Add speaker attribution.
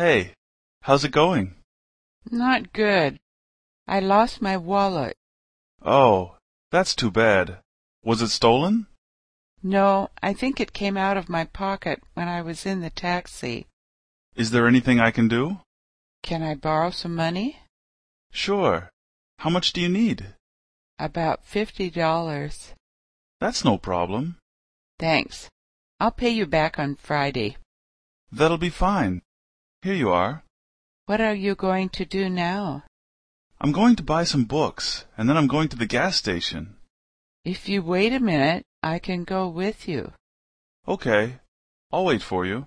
Speaker 1: Hey, how's it going?
Speaker 2: Not good. I lost my wallet.
Speaker 1: Oh, that's too bad. Was it stolen?
Speaker 2: No, I think it came out of my pocket when I was in the taxi.
Speaker 1: Is there anything I can do?
Speaker 2: Can I borrow some money?
Speaker 1: Sure. How much do you need?
Speaker 2: About fifty dollars.
Speaker 1: That's no problem.
Speaker 2: Thanks. I'll pay you back on Friday.
Speaker 1: That'll be fine. Here you are.
Speaker 2: What are you going to do now?
Speaker 1: I'm going to buy some books, and then I'm going to the gas station.
Speaker 2: If you wait a minute, I can go with you.
Speaker 1: Okay. I'll wait for you.